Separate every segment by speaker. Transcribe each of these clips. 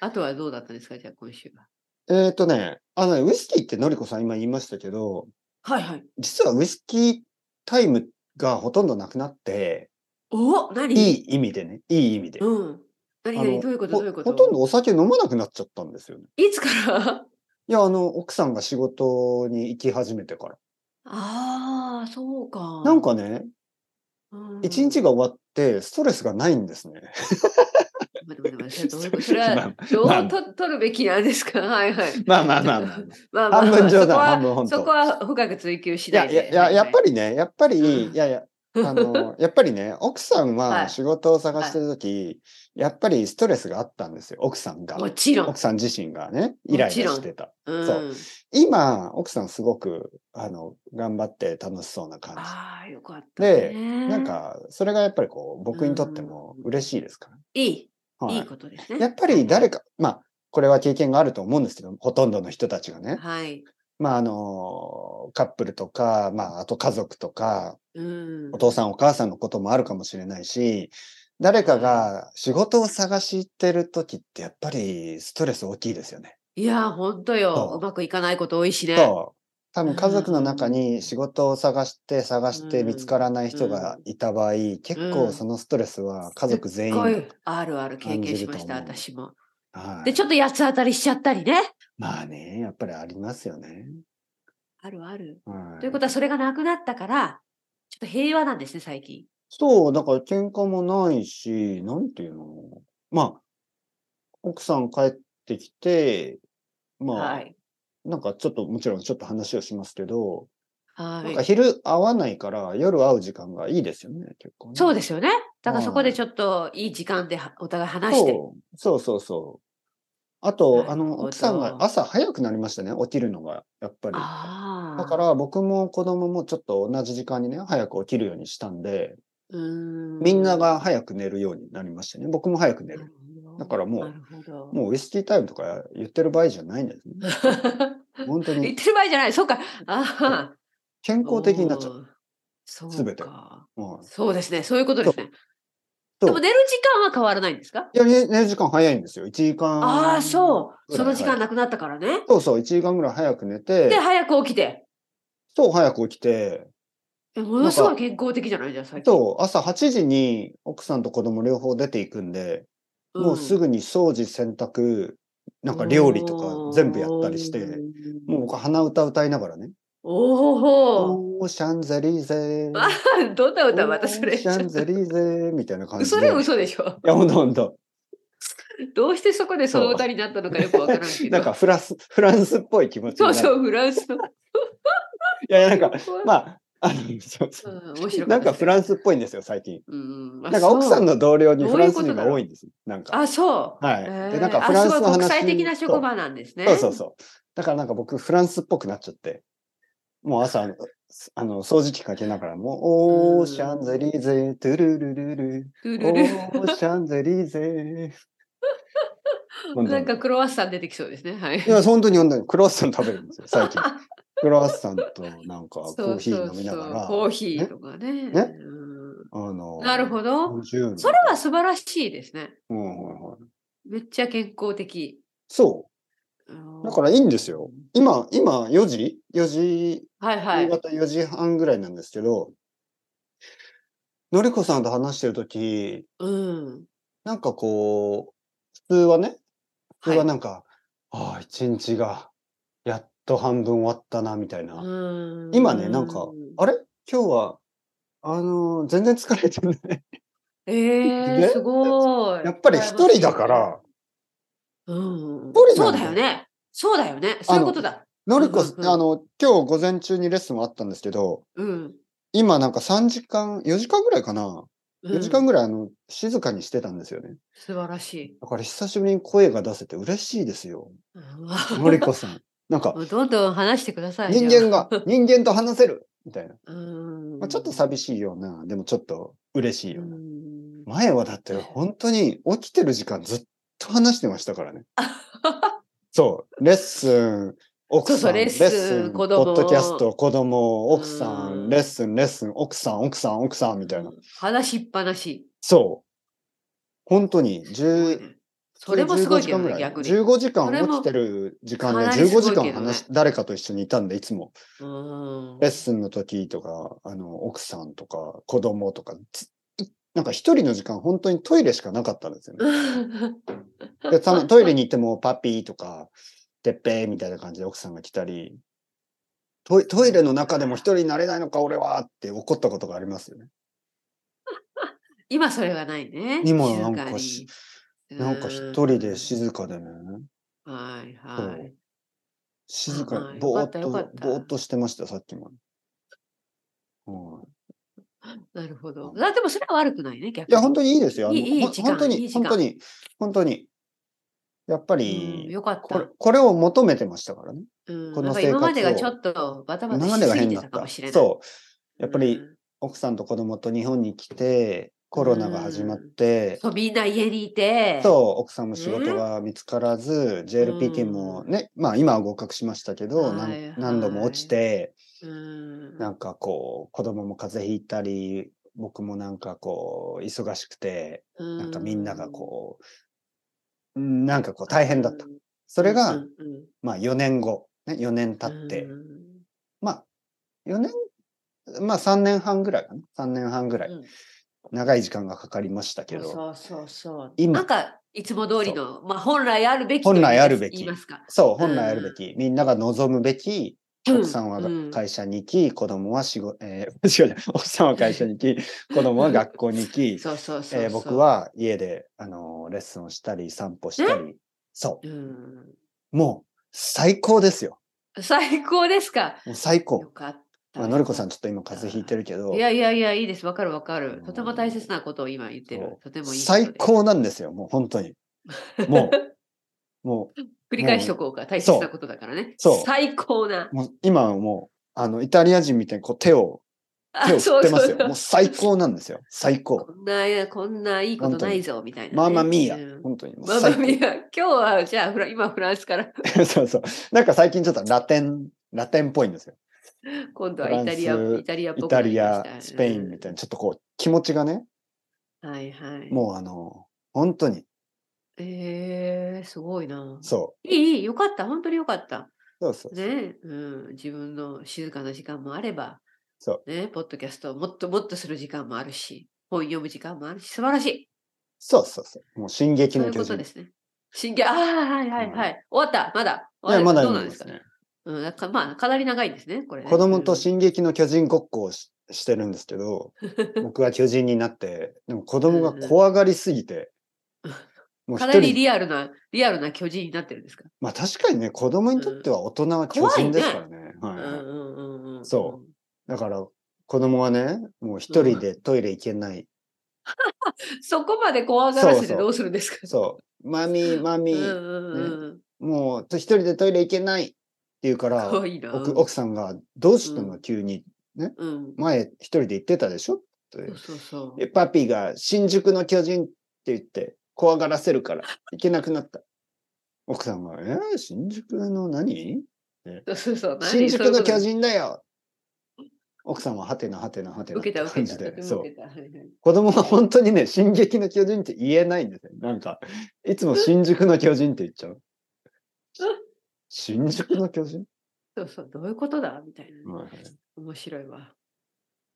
Speaker 1: あとはどうだったんですかじゃあ今週は。
Speaker 2: えっ、とね、あのね、ウイスキーってのりこさん今言いましたけど、
Speaker 1: はいはい。
Speaker 2: 実はウイスキータイムがほとんどなくなって、
Speaker 1: お何
Speaker 2: いい意味でね、いい意味で。
Speaker 1: うん。何
Speaker 2: あ
Speaker 1: 何
Speaker 2: の
Speaker 1: どういうことど
Speaker 2: ほ
Speaker 1: ういうこ
Speaker 2: ほとん
Speaker 1: と
Speaker 2: どお酒飲まなくなっちゃったんですよね。
Speaker 1: いつから
Speaker 2: いや、あの、奥さんが仕事に行き始めてから。
Speaker 1: ああ、そうか。
Speaker 2: なん、かね、
Speaker 1: うん
Speaker 2: 一日が終わって、ストレスがないんですね。
Speaker 1: 待って待って待ってそれどういうことそれは
Speaker 2: ま
Speaker 1: ど
Speaker 2: まあ
Speaker 1: うと取るべきなんですかはいはい。
Speaker 2: まあまあまあ まあ。
Speaker 1: まあまあ
Speaker 2: 半分冗談、
Speaker 1: そこは
Speaker 2: 半分本
Speaker 1: そこ
Speaker 2: 当。
Speaker 1: は深く追求し
Speaker 2: い
Speaker 1: な
Speaker 2: や
Speaker 1: い
Speaker 2: い
Speaker 1: で。
Speaker 2: やいや、やっぱりね、やっぱり、
Speaker 1: うん
Speaker 2: いやいや、あの、やっぱりね、奥さん
Speaker 1: は
Speaker 2: はい仕事を探してるとき、やっぱりストレスがあったんですよ、奥さんが。
Speaker 1: もちろん
Speaker 2: 奥。さん自身がね、イライラしてた。
Speaker 1: うん、
Speaker 2: そう今、奥さんすごく、あの、頑張って楽しそうな感
Speaker 1: ああ、よかった、
Speaker 2: で
Speaker 1: ね。
Speaker 2: じ。なんか、それがやっぱりこう、僕にとっても嬉しいですからね。
Speaker 1: いい、、
Speaker 2: はい
Speaker 1: い
Speaker 2: い。
Speaker 1: ことですね。
Speaker 2: やっぱり誰か、まあ、これは経験があると思うんですけど、ほとんどの人たちがね。
Speaker 1: はい。
Speaker 2: まあ、あの、カップルとか、まあ、あと家族とか、
Speaker 1: うん
Speaker 2: お。父さんお母さんのこともあるかもしれないし、誰かが仕事を探してるときって、やっぱりストレス大きいですよね。
Speaker 1: いやー、ほんと
Speaker 2: そ
Speaker 1: よ。
Speaker 2: う
Speaker 1: うまくいかないこと多いしね。
Speaker 2: そう。多分家族の中に仕事を探して探して見つからない人がいた場合、結構そのストレスは家族全員。
Speaker 1: すっごいあるある経験しました、
Speaker 2: 感じ
Speaker 1: 私
Speaker 2: ると思う
Speaker 1: も。
Speaker 2: はい
Speaker 1: で、ちょっと八つ当たりしちゃったりね。
Speaker 2: まあね、やっぱりありますよね。
Speaker 1: あるある。
Speaker 2: はい
Speaker 1: ということは、それがなくなったから、ちょっと平和なんですね、最近。
Speaker 2: そう、だから喧嘩もないし、なんていうのまあ、奥さん帰ってきて、まあ、
Speaker 1: はい。
Speaker 2: なんかちょっと、もちろんちょっと話をしますけど、なんか
Speaker 1: はい。
Speaker 2: 昼会わないから夜会う時間がいいですよね、結構ね。
Speaker 1: そうですよね。だからそこ
Speaker 2: は
Speaker 1: で
Speaker 2: い
Speaker 1: ちょっといい時間ではお互い話して。
Speaker 2: そうそうそうそう。あ
Speaker 1: なるほ
Speaker 2: と、
Speaker 1: ど
Speaker 2: あの、奥さんが朝早くなりましたね、起きるのが、やっぱり。
Speaker 1: ああ。
Speaker 2: だか、ら僕も子供もちょっと同じ時間にね、早く起きるようにしたんで、
Speaker 1: うん。
Speaker 2: みんなが早く寝るようになりましたね。僕も早く寝
Speaker 1: な
Speaker 2: る。
Speaker 1: るほど。
Speaker 2: だからもう
Speaker 1: なるほど。
Speaker 2: もうウイスキータイムとか言ってる場合じゃないんですね。 本当
Speaker 1: 言っ
Speaker 2: に
Speaker 1: てる場合じゃない。そうか。ああ。
Speaker 2: 健康的になっちゃう。
Speaker 1: う。そう
Speaker 2: 全て
Speaker 1: か。
Speaker 2: うん
Speaker 1: そうですね。そういうことですね。
Speaker 2: そう
Speaker 1: でも寝る時間は変わらないんですか
Speaker 2: いや、ね寝る時間早いんですよ。1時間。
Speaker 1: ああ、そう。
Speaker 2: ぐ
Speaker 1: そ
Speaker 2: ら
Speaker 1: の
Speaker 2: い
Speaker 1: 時間なくなったからね。
Speaker 2: そうそう、1時間ぐらい早く寝て
Speaker 1: で、、早く起きて。
Speaker 2: そう早く起きて、
Speaker 1: えものすごい健康的じゃないじゃん、最近。
Speaker 2: と朝8時に奥さんと子供両方出ていくんで、もうす
Speaker 1: ぐ
Speaker 2: ぐに掃除、洗濯、なんか料理とか全部やったりして、もう僕鼻歌歌いながらね、
Speaker 1: おお。
Speaker 2: オーシャンゼリーゼー、
Speaker 1: あー どんな歌またそ
Speaker 2: オ
Speaker 1: れ。
Speaker 2: ーシャンゼリーゼーみたいな感じで。
Speaker 1: 嘘で嘘でしょ。
Speaker 2: いや、ほんとほんと。
Speaker 1: どうしてそこでその歌になったのかよくわからんけど。
Speaker 2: なんかフランス、フランスっぽい気持ちに
Speaker 1: そ
Speaker 2: な
Speaker 1: う
Speaker 2: る。
Speaker 1: そう、フランスの。
Speaker 2: いや、なんか、まあ、あの、そうそう
Speaker 1: うん面白かった
Speaker 2: なんかフランスっぽいんですよ、最近。
Speaker 1: うん
Speaker 2: なんか奥さんの同僚にフランス人が
Speaker 1: どう
Speaker 2: 多
Speaker 1: い
Speaker 2: いんです。なんか。
Speaker 1: あ、そう。
Speaker 2: はい
Speaker 1: え
Speaker 2: で
Speaker 1: ー
Speaker 2: なんか
Speaker 1: あ
Speaker 2: フランス
Speaker 1: すごい
Speaker 2: の
Speaker 1: 国
Speaker 2: 話
Speaker 1: 際的な職場なんですね。
Speaker 2: そうそうそう。だからなんか僕、フランスっぽくなっちゃって、もう朝、あの、掃除機かけながら、もう、
Speaker 1: うん
Speaker 2: オーシャンゼリーゼ、トゥルルルル、
Speaker 1: ト
Speaker 2: オ
Speaker 1: ゥルル
Speaker 2: ーシャンゼリーゼ。ほと
Speaker 1: なんかクロワッサン出てきそうですね。はい。
Speaker 2: いや、本当に本当に、クロワッサン食べるんですよ、最近。クロワッサンとなんか
Speaker 1: そ
Speaker 2: コ
Speaker 1: うそうそう
Speaker 2: ーヒー飲みながら、
Speaker 1: コーヒーとかね。
Speaker 2: ね
Speaker 1: う
Speaker 2: あの
Speaker 1: ん、なるほど。
Speaker 2: 50
Speaker 1: それは素晴らしいですね。
Speaker 2: うんうんうん
Speaker 1: めっちゃ健康的。
Speaker 2: そ
Speaker 1: うん
Speaker 2: う。だからいいんですよ。今、今4時 ?4 時
Speaker 1: はいは
Speaker 2: 夕
Speaker 1: い。
Speaker 2: 方4時半ぐらいなんですけど、のりこさんと話してるとき、
Speaker 1: うん。
Speaker 2: なんかこう、普通はね、普
Speaker 1: は
Speaker 2: 通
Speaker 1: い
Speaker 2: はなんか、ああ、一日が、やっと半分終わったな、みたいな。
Speaker 1: うん
Speaker 2: 今ね、なんか
Speaker 1: う、
Speaker 2: あれ今日は、あのー全然疲れて ない。
Speaker 1: えー、
Speaker 2: ね
Speaker 1: すごい。
Speaker 2: やっぱり一人だから、
Speaker 1: うん。
Speaker 2: 一人
Speaker 1: そうん
Speaker 2: な
Speaker 1: だ
Speaker 2: だよ
Speaker 1: よね。そうだよね。そういうことだ。
Speaker 2: のりこ、
Speaker 1: うんうんうん
Speaker 2: あの、今日午前中にレッスンはあったんですけど、
Speaker 1: うん。
Speaker 2: 今なんか3時間、4時間ぐらいかな。
Speaker 1: うん
Speaker 2: 4時間ぐらい、あの、静かにしてたんですよね。
Speaker 1: 素晴らしい。
Speaker 2: だから久しぶりに声が出せて嬉しいですよ。
Speaker 1: うん
Speaker 2: のりこさん。なん か
Speaker 1: も、うどんどん話してください。
Speaker 2: 人
Speaker 1: じゃあ
Speaker 2: 間が、人間と話せるみたいな。
Speaker 1: うん
Speaker 2: まあ、ちょっと寂しいような、でもちょっと嬉しいよ
Speaker 1: う
Speaker 2: うな。
Speaker 1: ん
Speaker 2: 前はだって本当に起きてる時間ずっと話してましたか らね。そう、レッスン、奥
Speaker 1: そうそ
Speaker 2: さ、
Speaker 1: うんレッ
Speaker 2: レッ
Speaker 1: スン
Speaker 2: スン、ポ
Speaker 1: 子
Speaker 2: ッ
Speaker 1: 供
Speaker 2: ドキャスト、子供、奥さ、
Speaker 1: うんん
Speaker 2: レッスン、レッスン、奥さん、奥さん、奥さんみたいな。
Speaker 1: 話しっぱなし。
Speaker 2: そう。本当に
Speaker 1: すごい
Speaker 2: 10
Speaker 1: ねそれもすごいけど
Speaker 2: 15時間ぐ
Speaker 1: ね、
Speaker 2: ら
Speaker 1: 逆に。
Speaker 2: 15時間
Speaker 1: それも
Speaker 2: 起きてる時間
Speaker 1: か
Speaker 2: で
Speaker 1: なりすご
Speaker 2: 15
Speaker 1: いけ
Speaker 2: 時
Speaker 1: ど
Speaker 2: 間
Speaker 1: ね
Speaker 2: 話し、誰かと一緒にいたんで、いつも。
Speaker 1: うん
Speaker 2: レッスンの時とか、あの、奥さんとか、子供とか、ついなんか一人の時間、本当にトイレしかなかったんですよね。で、たまトイレに行って も、パピーとか、てっぺーみたいな感じで奥さんが来たり、トイトイレの中でも一人になれないのか、俺はって怒ったことがありますよね。
Speaker 1: 今それはないね。
Speaker 2: 今
Speaker 1: 静
Speaker 2: なん
Speaker 1: に
Speaker 2: かし、なんか一人で静かでね、
Speaker 1: うんはい
Speaker 2: そ
Speaker 1: は
Speaker 2: う
Speaker 1: い。
Speaker 2: 静
Speaker 1: あ
Speaker 2: か
Speaker 1: あよ
Speaker 2: に、ぼ
Speaker 1: か
Speaker 2: ー
Speaker 1: っ
Speaker 2: ったと、
Speaker 1: よかった
Speaker 2: ぼーっとしてました、さっきまで。はい
Speaker 1: なるほど。あでもそれは悪くないね、逆
Speaker 2: いや、本当にいいですよ。あの
Speaker 1: いいいい
Speaker 2: ほん
Speaker 1: 時間
Speaker 2: 本当
Speaker 1: い
Speaker 2: に、
Speaker 1: い時間
Speaker 2: 本当に、本当に。やっぱ
Speaker 1: うん
Speaker 2: り、
Speaker 1: よかっ
Speaker 2: これ
Speaker 1: た。、
Speaker 2: これを求めてましたからね。
Speaker 1: うん
Speaker 2: こ
Speaker 1: な
Speaker 2: の
Speaker 1: んか
Speaker 2: 生活
Speaker 1: 今までが
Speaker 2: を
Speaker 1: ちょっとバタバタ
Speaker 2: 今
Speaker 1: し
Speaker 2: までが
Speaker 1: すぎ
Speaker 2: 変
Speaker 1: て
Speaker 2: だ
Speaker 1: た
Speaker 2: っ
Speaker 1: かも
Speaker 2: た。
Speaker 1: しれない。
Speaker 2: そう。やっぱり
Speaker 1: う、ん
Speaker 2: 奥さんと子供と日本に来て、コロナが始まって、
Speaker 1: そう、みんな家にいて。
Speaker 2: そう、奥さんも仕事が見つからず、JLPT もね、まあ今は合格しましたけど、なん
Speaker 1: はいはい
Speaker 2: 何度も落ちて、
Speaker 1: う。ん。
Speaker 2: なんかこう、子供も風邪ひいたり、僕もなんかこう、忙しくて、なんかみんながこう、うんなんかこう
Speaker 1: う
Speaker 2: 大変だった。
Speaker 1: ん。
Speaker 2: それ
Speaker 1: う
Speaker 2: が
Speaker 1: ん、うん
Speaker 2: まあ4年後、ね、4年経って
Speaker 1: う、ん
Speaker 2: まあ4年、まあ3年半ぐらいかな。3年半ぐらい。
Speaker 1: うん
Speaker 2: 長い時間がかかりましたけど、
Speaker 1: そうそうそう。
Speaker 2: 今
Speaker 1: なんか、いつも通りの、まあ、本来あるべきと
Speaker 2: 本来
Speaker 1: 言います
Speaker 2: あるべき
Speaker 1: 言いますか。
Speaker 2: そう、本来あるべき、みんなが望むべき、奥さんは
Speaker 1: う
Speaker 2: が会社に行き、子供は仕事、えー、 違う違う奥さんは会社に行き、子供は学校に行 き、
Speaker 1: そうそうそうそう。
Speaker 2: えー僕、は家で、あのーレッスンをしたり、散歩したり、そ
Speaker 1: うん、
Speaker 2: う、もう最高ですよ。
Speaker 1: 最高ですか。
Speaker 2: もう最高
Speaker 1: よ。かった。
Speaker 2: まあ、のりこさん、ちょっと今風邪ひいてるけど、
Speaker 1: いやいやいや、いいです。わかるわか
Speaker 2: う
Speaker 1: る
Speaker 2: ん。
Speaker 1: とても大切なことを今言ってる
Speaker 2: そ。う
Speaker 1: とてもいいことです
Speaker 2: 最。高なんですよ、もう本当に。もう、も
Speaker 1: 繰り返しとこうか。大切なことだからね。
Speaker 2: そう
Speaker 1: 最高な
Speaker 2: う、。もう今はもう、あの、イタリア人みたいにこう手を、手を振ってますよ。もう最高なんですよ。最高。
Speaker 1: こんな、こんないいことないぞ、みたいなね。
Speaker 2: マーマミ
Speaker 1: う
Speaker 2: ーア。
Speaker 1: ん
Speaker 2: 本当に。もう
Speaker 1: マ
Speaker 2: 最
Speaker 1: マ
Speaker 2: 高
Speaker 1: ミーア。今日は、じゃあ、フラ今フランスから、
Speaker 2: そうそう。なんか最近ちょっとラテン、ラテンっぽいんですよ。
Speaker 1: 今度はイタリア
Speaker 2: フラン、ス
Speaker 1: イタリアっぽく
Speaker 2: イ
Speaker 1: な
Speaker 2: タ
Speaker 1: り
Speaker 2: リ
Speaker 1: ました
Speaker 2: ア、スペインみたいな、ちょっとこう、気持ちがね、
Speaker 1: うんはいはい。
Speaker 2: もうあの、本当に、
Speaker 1: えー、すごいな。
Speaker 2: そ
Speaker 1: いい、いい、よかった。本当によかった。
Speaker 2: う。そうそうそう。
Speaker 1: ね、うん、自分の静かな時間もあれば、
Speaker 2: そう
Speaker 1: ね、ポッドキャストをもっともっとする時間もあるし、本読む時間もあるし、素晴らしい。
Speaker 2: そうそうそう。もう、進撃
Speaker 1: そうい
Speaker 2: の
Speaker 1: うこと
Speaker 2: 巨人。
Speaker 1: ですね。真剣、ああ、はいはいはい。終わった、まだ。
Speaker 2: いや、まだ
Speaker 1: どう
Speaker 2: 今
Speaker 1: なんで
Speaker 2: で
Speaker 1: す
Speaker 2: す
Speaker 1: か、
Speaker 2: ね。
Speaker 1: うん、なんかまあ、かなり長いんですね、これ、ね。
Speaker 2: 子供
Speaker 1: う
Speaker 2: と
Speaker 1: ん
Speaker 2: 進撃の巨人ごっこをししてるんですけ ど、僕は巨人になって、でも子供が怖がりす ぎて、もう
Speaker 1: か
Speaker 2: 一
Speaker 1: なり
Speaker 2: 人、
Speaker 1: リアルな、リアルな巨人になってるんですか。
Speaker 2: まあ確かにね、子供にとっては大人は巨人ですからね。は
Speaker 1: う
Speaker 2: い
Speaker 1: んう
Speaker 2: はい、
Speaker 1: んうんうん。
Speaker 2: そだから、子供はね、もう一人でトイレ行けない。
Speaker 1: うん。そこまで怖がらせ
Speaker 2: そうそ
Speaker 1: て
Speaker 2: う
Speaker 1: どうするんですか。
Speaker 2: そう、マミー、マミ
Speaker 1: うん
Speaker 2: ー、
Speaker 1: うんうん。
Speaker 2: もう一人でトイレ行けないって言うから、
Speaker 1: 怖いな。
Speaker 2: 奥奥さんが、どうした
Speaker 1: う
Speaker 2: の急に。
Speaker 1: うん。
Speaker 2: 前一人で行ってたでしょって
Speaker 1: そうそうそう。
Speaker 2: でパピーが新宿の巨人って言って怖がらせるから行けなくなった。 奥さんが、えー新宿の何
Speaker 1: そうそうそう。
Speaker 2: 新宿の巨
Speaker 1: 人
Speaker 2: 人だよ奥さんははてなはてなはてなっ
Speaker 1: 受け
Speaker 2: て
Speaker 1: た受
Speaker 2: 感
Speaker 1: けた。
Speaker 2: じ
Speaker 1: とて
Speaker 2: で。
Speaker 1: も
Speaker 2: そう
Speaker 1: 受。けた。はいはい
Speaker 2: 子供は本当にね、進撃の巨人って言えないんですよ。なんか、いつも新宿の巨人って言っちゃう。新宿の巨人、
Speaker 1: そうそう。どういうことだみたいなね。
Speaker 2: はいはい
Speaker 1: 面白いわ。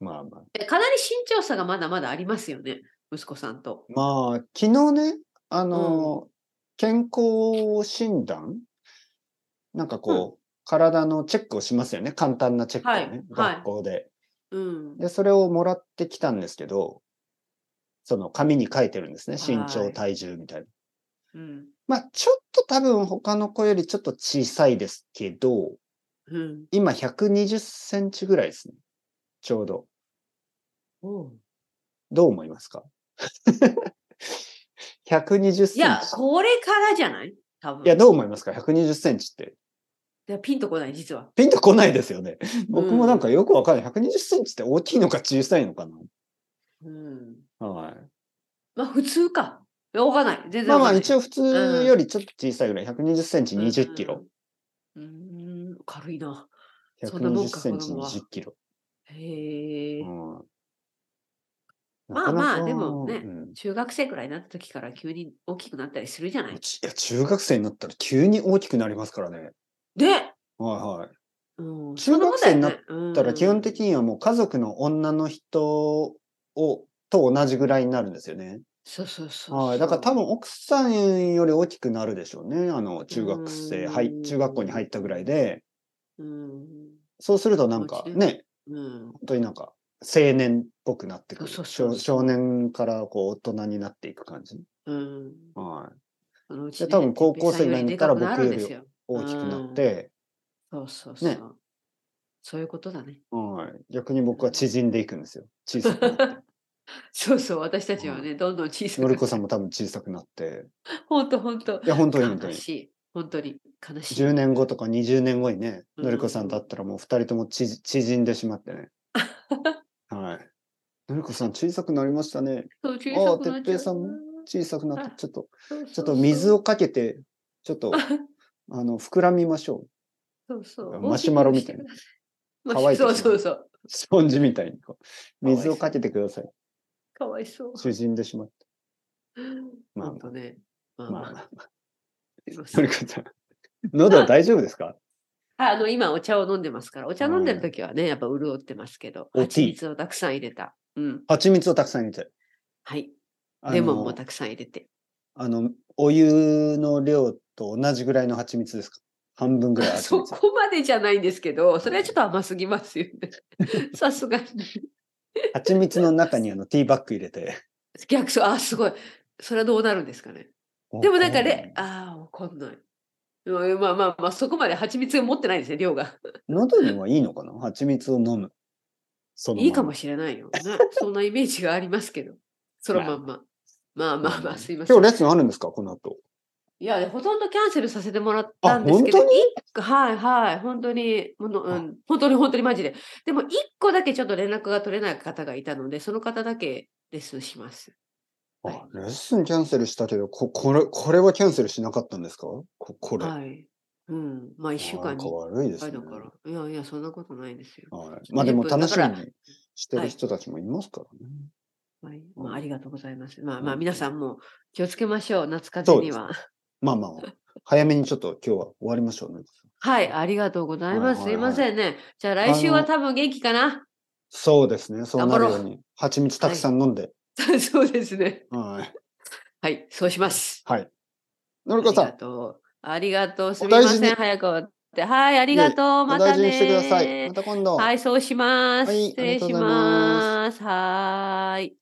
Speaker 2: まあまあ。
Speaker 1: えかなり身長差がまだまだありますよね。息子さんと。
Speaker 2: まあ、昨日ね、あの、健康診断なんかこう、体のチェックをしますよね。簡単なチェックをね。
Speaker 1: はい
Speaker 2: 学校で。
Speaker 1: うん。
Speaker 2: で、それをもらってきたんですけど、その紙に書いてるんですね。身
Speaker 1: は
Speaker 2: 長、
Speaker 1: い
Speaker 2: 体重みたいな。
Speaker 1: うん。
Speaker 2: まあ、ちょっと多分他の子よりちょっと小さいですけど、
Speaker 1: うん。
Speaker 2: 今120センチぐらいですね。ちょうど。
Speaker 1: おう
Speaker 2: どう思いますか ?120 センチ。
Speaker 1: いや、これからじゃない多分。
Speaker 2: いや、どう思いますか ?120 センチって。
Speaker 1: いやピンとこない、実は。
Speaker 2: ピンとこないですよね。僕もなんか
Speaker 1: う
Speaker 2: よくわかんない。120センチって大きいのか小さいのか
Speaker 1: うん。
Speaker 2: な。はい。
Speaker 1: まあ、普通か。いやわかんない。全然
Speaker 2: まあまあ、
Speaker 1: 応、
Speaker 2: 一応普通よりちょっと小さいぐらい。120センチ20キロ。
Speaker 1: うん。うん、軽いな。そんなも
Speaker 2: 120
Speaker 1: んか
Speaker 2: センチ
Speaker 1: 子供は
Speaker 2: 20キロ。
Speaker 1: へえ、
Speaker 2: うん
Speaker 1: まあ
Speaker 2: なかなか
Speaker 1: まあでもね
Speaker 2: うん
Speaker 1: 中学生くらいになった時から急に大きくなったりするじゃない。
Speaker 2: ちいや、中学生になったら急に大きくなりますからね。
Speaker 1: で、
Speaker 2: はいはい。
Speaker 1: うん、
Speaker 2: 中学生になったたら基本的にはもう家族の女の人を、と同じぐらいになるんですよね。
Speaker 1: そうそうそうそう。
Speaker 2: はい。だから多分奥さんより大きくなるでしょうね。あの、中学生、
Speaker 1: うん
Speaker 2: はい、中学校に入ったぐらいで。
Speaker 1: うん、
Speaker 2: そうするとなん
Speaker 1: も
Speaker 2: か
Speaker 1: ちろん
Speaker 2: ね、
Speaker 1: うん、
Speaker 2: 本当になんか青年っぽくなってくる。
Speaker 1: そうそうそう
Speaker 2: 少少年からこう大人になっていく感じ。
Speaker 1: うん。
Speaker 2: はい。
Speaker 1: あのうち
Speaker 2: で
Speaker 1: ね
Speaker 2: 多分高校生ぐらいになったら僕よ
Speaker 1: で
Speaker 2: り
Speaker 1: すよ
Speaker 2: 大きくなって、
Speaker 1: そうそうそう。
Speaker 2: ね
Speaker 1: そういうことだね。
Speaker 2: はい。逆に僕は縮んでいくんですよ。小さく なって。
Speaker 1: そうそう、私たちはね、どんどん小さく
Speaker 2: の
Speaker 1: な
Speaker 2: り
Speaker 1: って
Speaker 2: こ。さんも多分小さくなって。
Speaker 1: 本当本当
Speaker 2: いや、本当に本当
Speaker 1: 悲
Speaker 2: に。
Speaker 1: しい。本当に悲しい。
Speaker 2: 10年後とか20年後にね、
Speaker 1: うん
Speaker 2: のりこさんだったらもう2人ともちじ縮んでしまって ね。はい。のりこさん小さくなりましたね。
Speaker 1: そう小さくなっちゃう
Speaker 2: あ哲平さんも小さくなって、ちょっと、
Speaker 1: そうそうそう
Speaker 2: ちょっと水をかけて、ちょっと、 あの、膨らみましょう。
Speaker 1: そうそう
Speaker 2: マシュマロみたいな。
Speaker 1: 大
Speaker 2: 乾い
Speaker 1: き
Speaker 2: てしま
Speaker 1: く
Speaker 2: う
Speaker 1: してくださいそうそうそう。
Speaker 2: スポンジみたいにこう。
Speaker 1: かわいそう
Speaker 2: 水をかけてください。
Speaker 1: かわいそう。
Speaker 2: 縮んでしまって。まあ
Speaker 1: 本当ね。まあ
Speaker 2: まあ
Speaker 1: まあ
Speaker 2: まあ、
Speaker 1: すいませ
Speaker 2: の
Speaker 1: ん
Speaker 2: りこさん。喉大丈夫ですか
Speaker 1: ああの今お茶を飲んでますから、お茶飲んでる時はね、やっぱ潤ってますけど、
Speaker 2: おティー
Speaker 1: 蜂蜜をたくさん入れた。うん。
Speaker 2: 蜂蜜をたくさん入れて。
Speaker 1: はい。
Speaker 2: あの
Speaker 1: レモンもたくさん入れて。
Speaker 2: あの、お湯の量と同じぐらいの蜂蜜ですか半分ぐ らい蜂
Speaker 1: そ
Speaker 2: 蜜。
Speaker 1: こまでじゃないんですけど、それはちょっと甘すぎますよ ね。 さすがに。
Speaker 2: 蜂蜜の中にあのティーバッグ入れて。
Speaker 1: 逆そう、あ、すごい。それはどうなるんですかね。でもなんかね、ああ、わかんない。うんまあまあまあ、そこまで蜂蜜を持ってないですね、量が。
Speaker 2: 喉にはいいのかな蜂蜜を飲む。そのまま
Speaker 1: いいかもしれないよ。なそんなイメージがありますけど、そのまんま。まあまあまあ、すいません。
Speaker 2: 今日レッスンあるんですかこの後。
Speaker 1: いや、ほとんどキャンセルさせてもらったんですけ
Speaker 2: あ
Speaker 1: ど、
Speaker 2: 本当に
Speaker 1: 一個はいはい、本当に、ものうん、本当に本当にマジで。でも、一個だけちょっと連絡が取れない方がいたので、その方だけレッスンします。はい
Speaker 2: あ、レッスンキャンセルしたけど、こ、これ、これはキャンセルしなかったんですかこ、これ。
Speaker 1: はい。うん。まあ、一週間
Speaker 2: なん
Speaker 1: に
Speaker 2: か
Speaker 1: 一
Speaker 2: 悪いです
Speaker 1: 回
Speaker 2: ね。
Speaker 1: だから。いやいや、そんなことないですよ。
Speaker 2: はい。まあでも
Speaker 1: 10分
Speaker 2: 楽
Speaker 1: だ
Speaker 2: し
Speaker 1: から
Speaker 2: みにしてる人たちもいますからね。
Speaker 1: はい。
Speaker 2: うん
Speaker 1: まあ、ありがとうございます。まあま
Speaker 2: う
Speaker 1: あ、
Speaker 2: ん
Speaker 1: 皆さんも気をつけましょう。夏風邪には。
Speaker 2: まあまあ、早めにちょっと今日は終わりましょうね。
Speaker 1: はい。ありがとうございます。
Speaker 2: は
Speaker 1: す
Speaker 2: い
Speaker 1: い
Speaker 2: はいはい
Speaker 1: ませんね。じゃあ、来週は
Speaker 2: あの
Speaker 1: 多分元気かな。
Speaker 2: そうですね。そうなるよう
Speaker 1: 頑
Speaker 2: に。蜂蜜たくさん飲んで。
Speaker 1: そうですね。
Speaker 2: はい。
Speaker 1: はい。そうします。
Speaker 2: はい。のりこさ
Speaker 1: あり
Speaker 2: ん
Speaker 1: が。とう。ありがとう。す
Speaker 2: お
Speaker 1: みま
Speaker 2: 大事に
Speaker 1: せん。早く終わって。はい、ありがとう。
Speaker 2: お
Speaker 1: また
Speaker 2: 大事
Speaker 1: ね
Speaker 2: にしてください。また今度。
Speaker 1: はい、そうします。
Speaker 2: はい
Speaker 1: 失礼
Speaker 2: あり
Speaker 1: し
Speaker 2: がとうござい
Speaker 1: ます。はーい。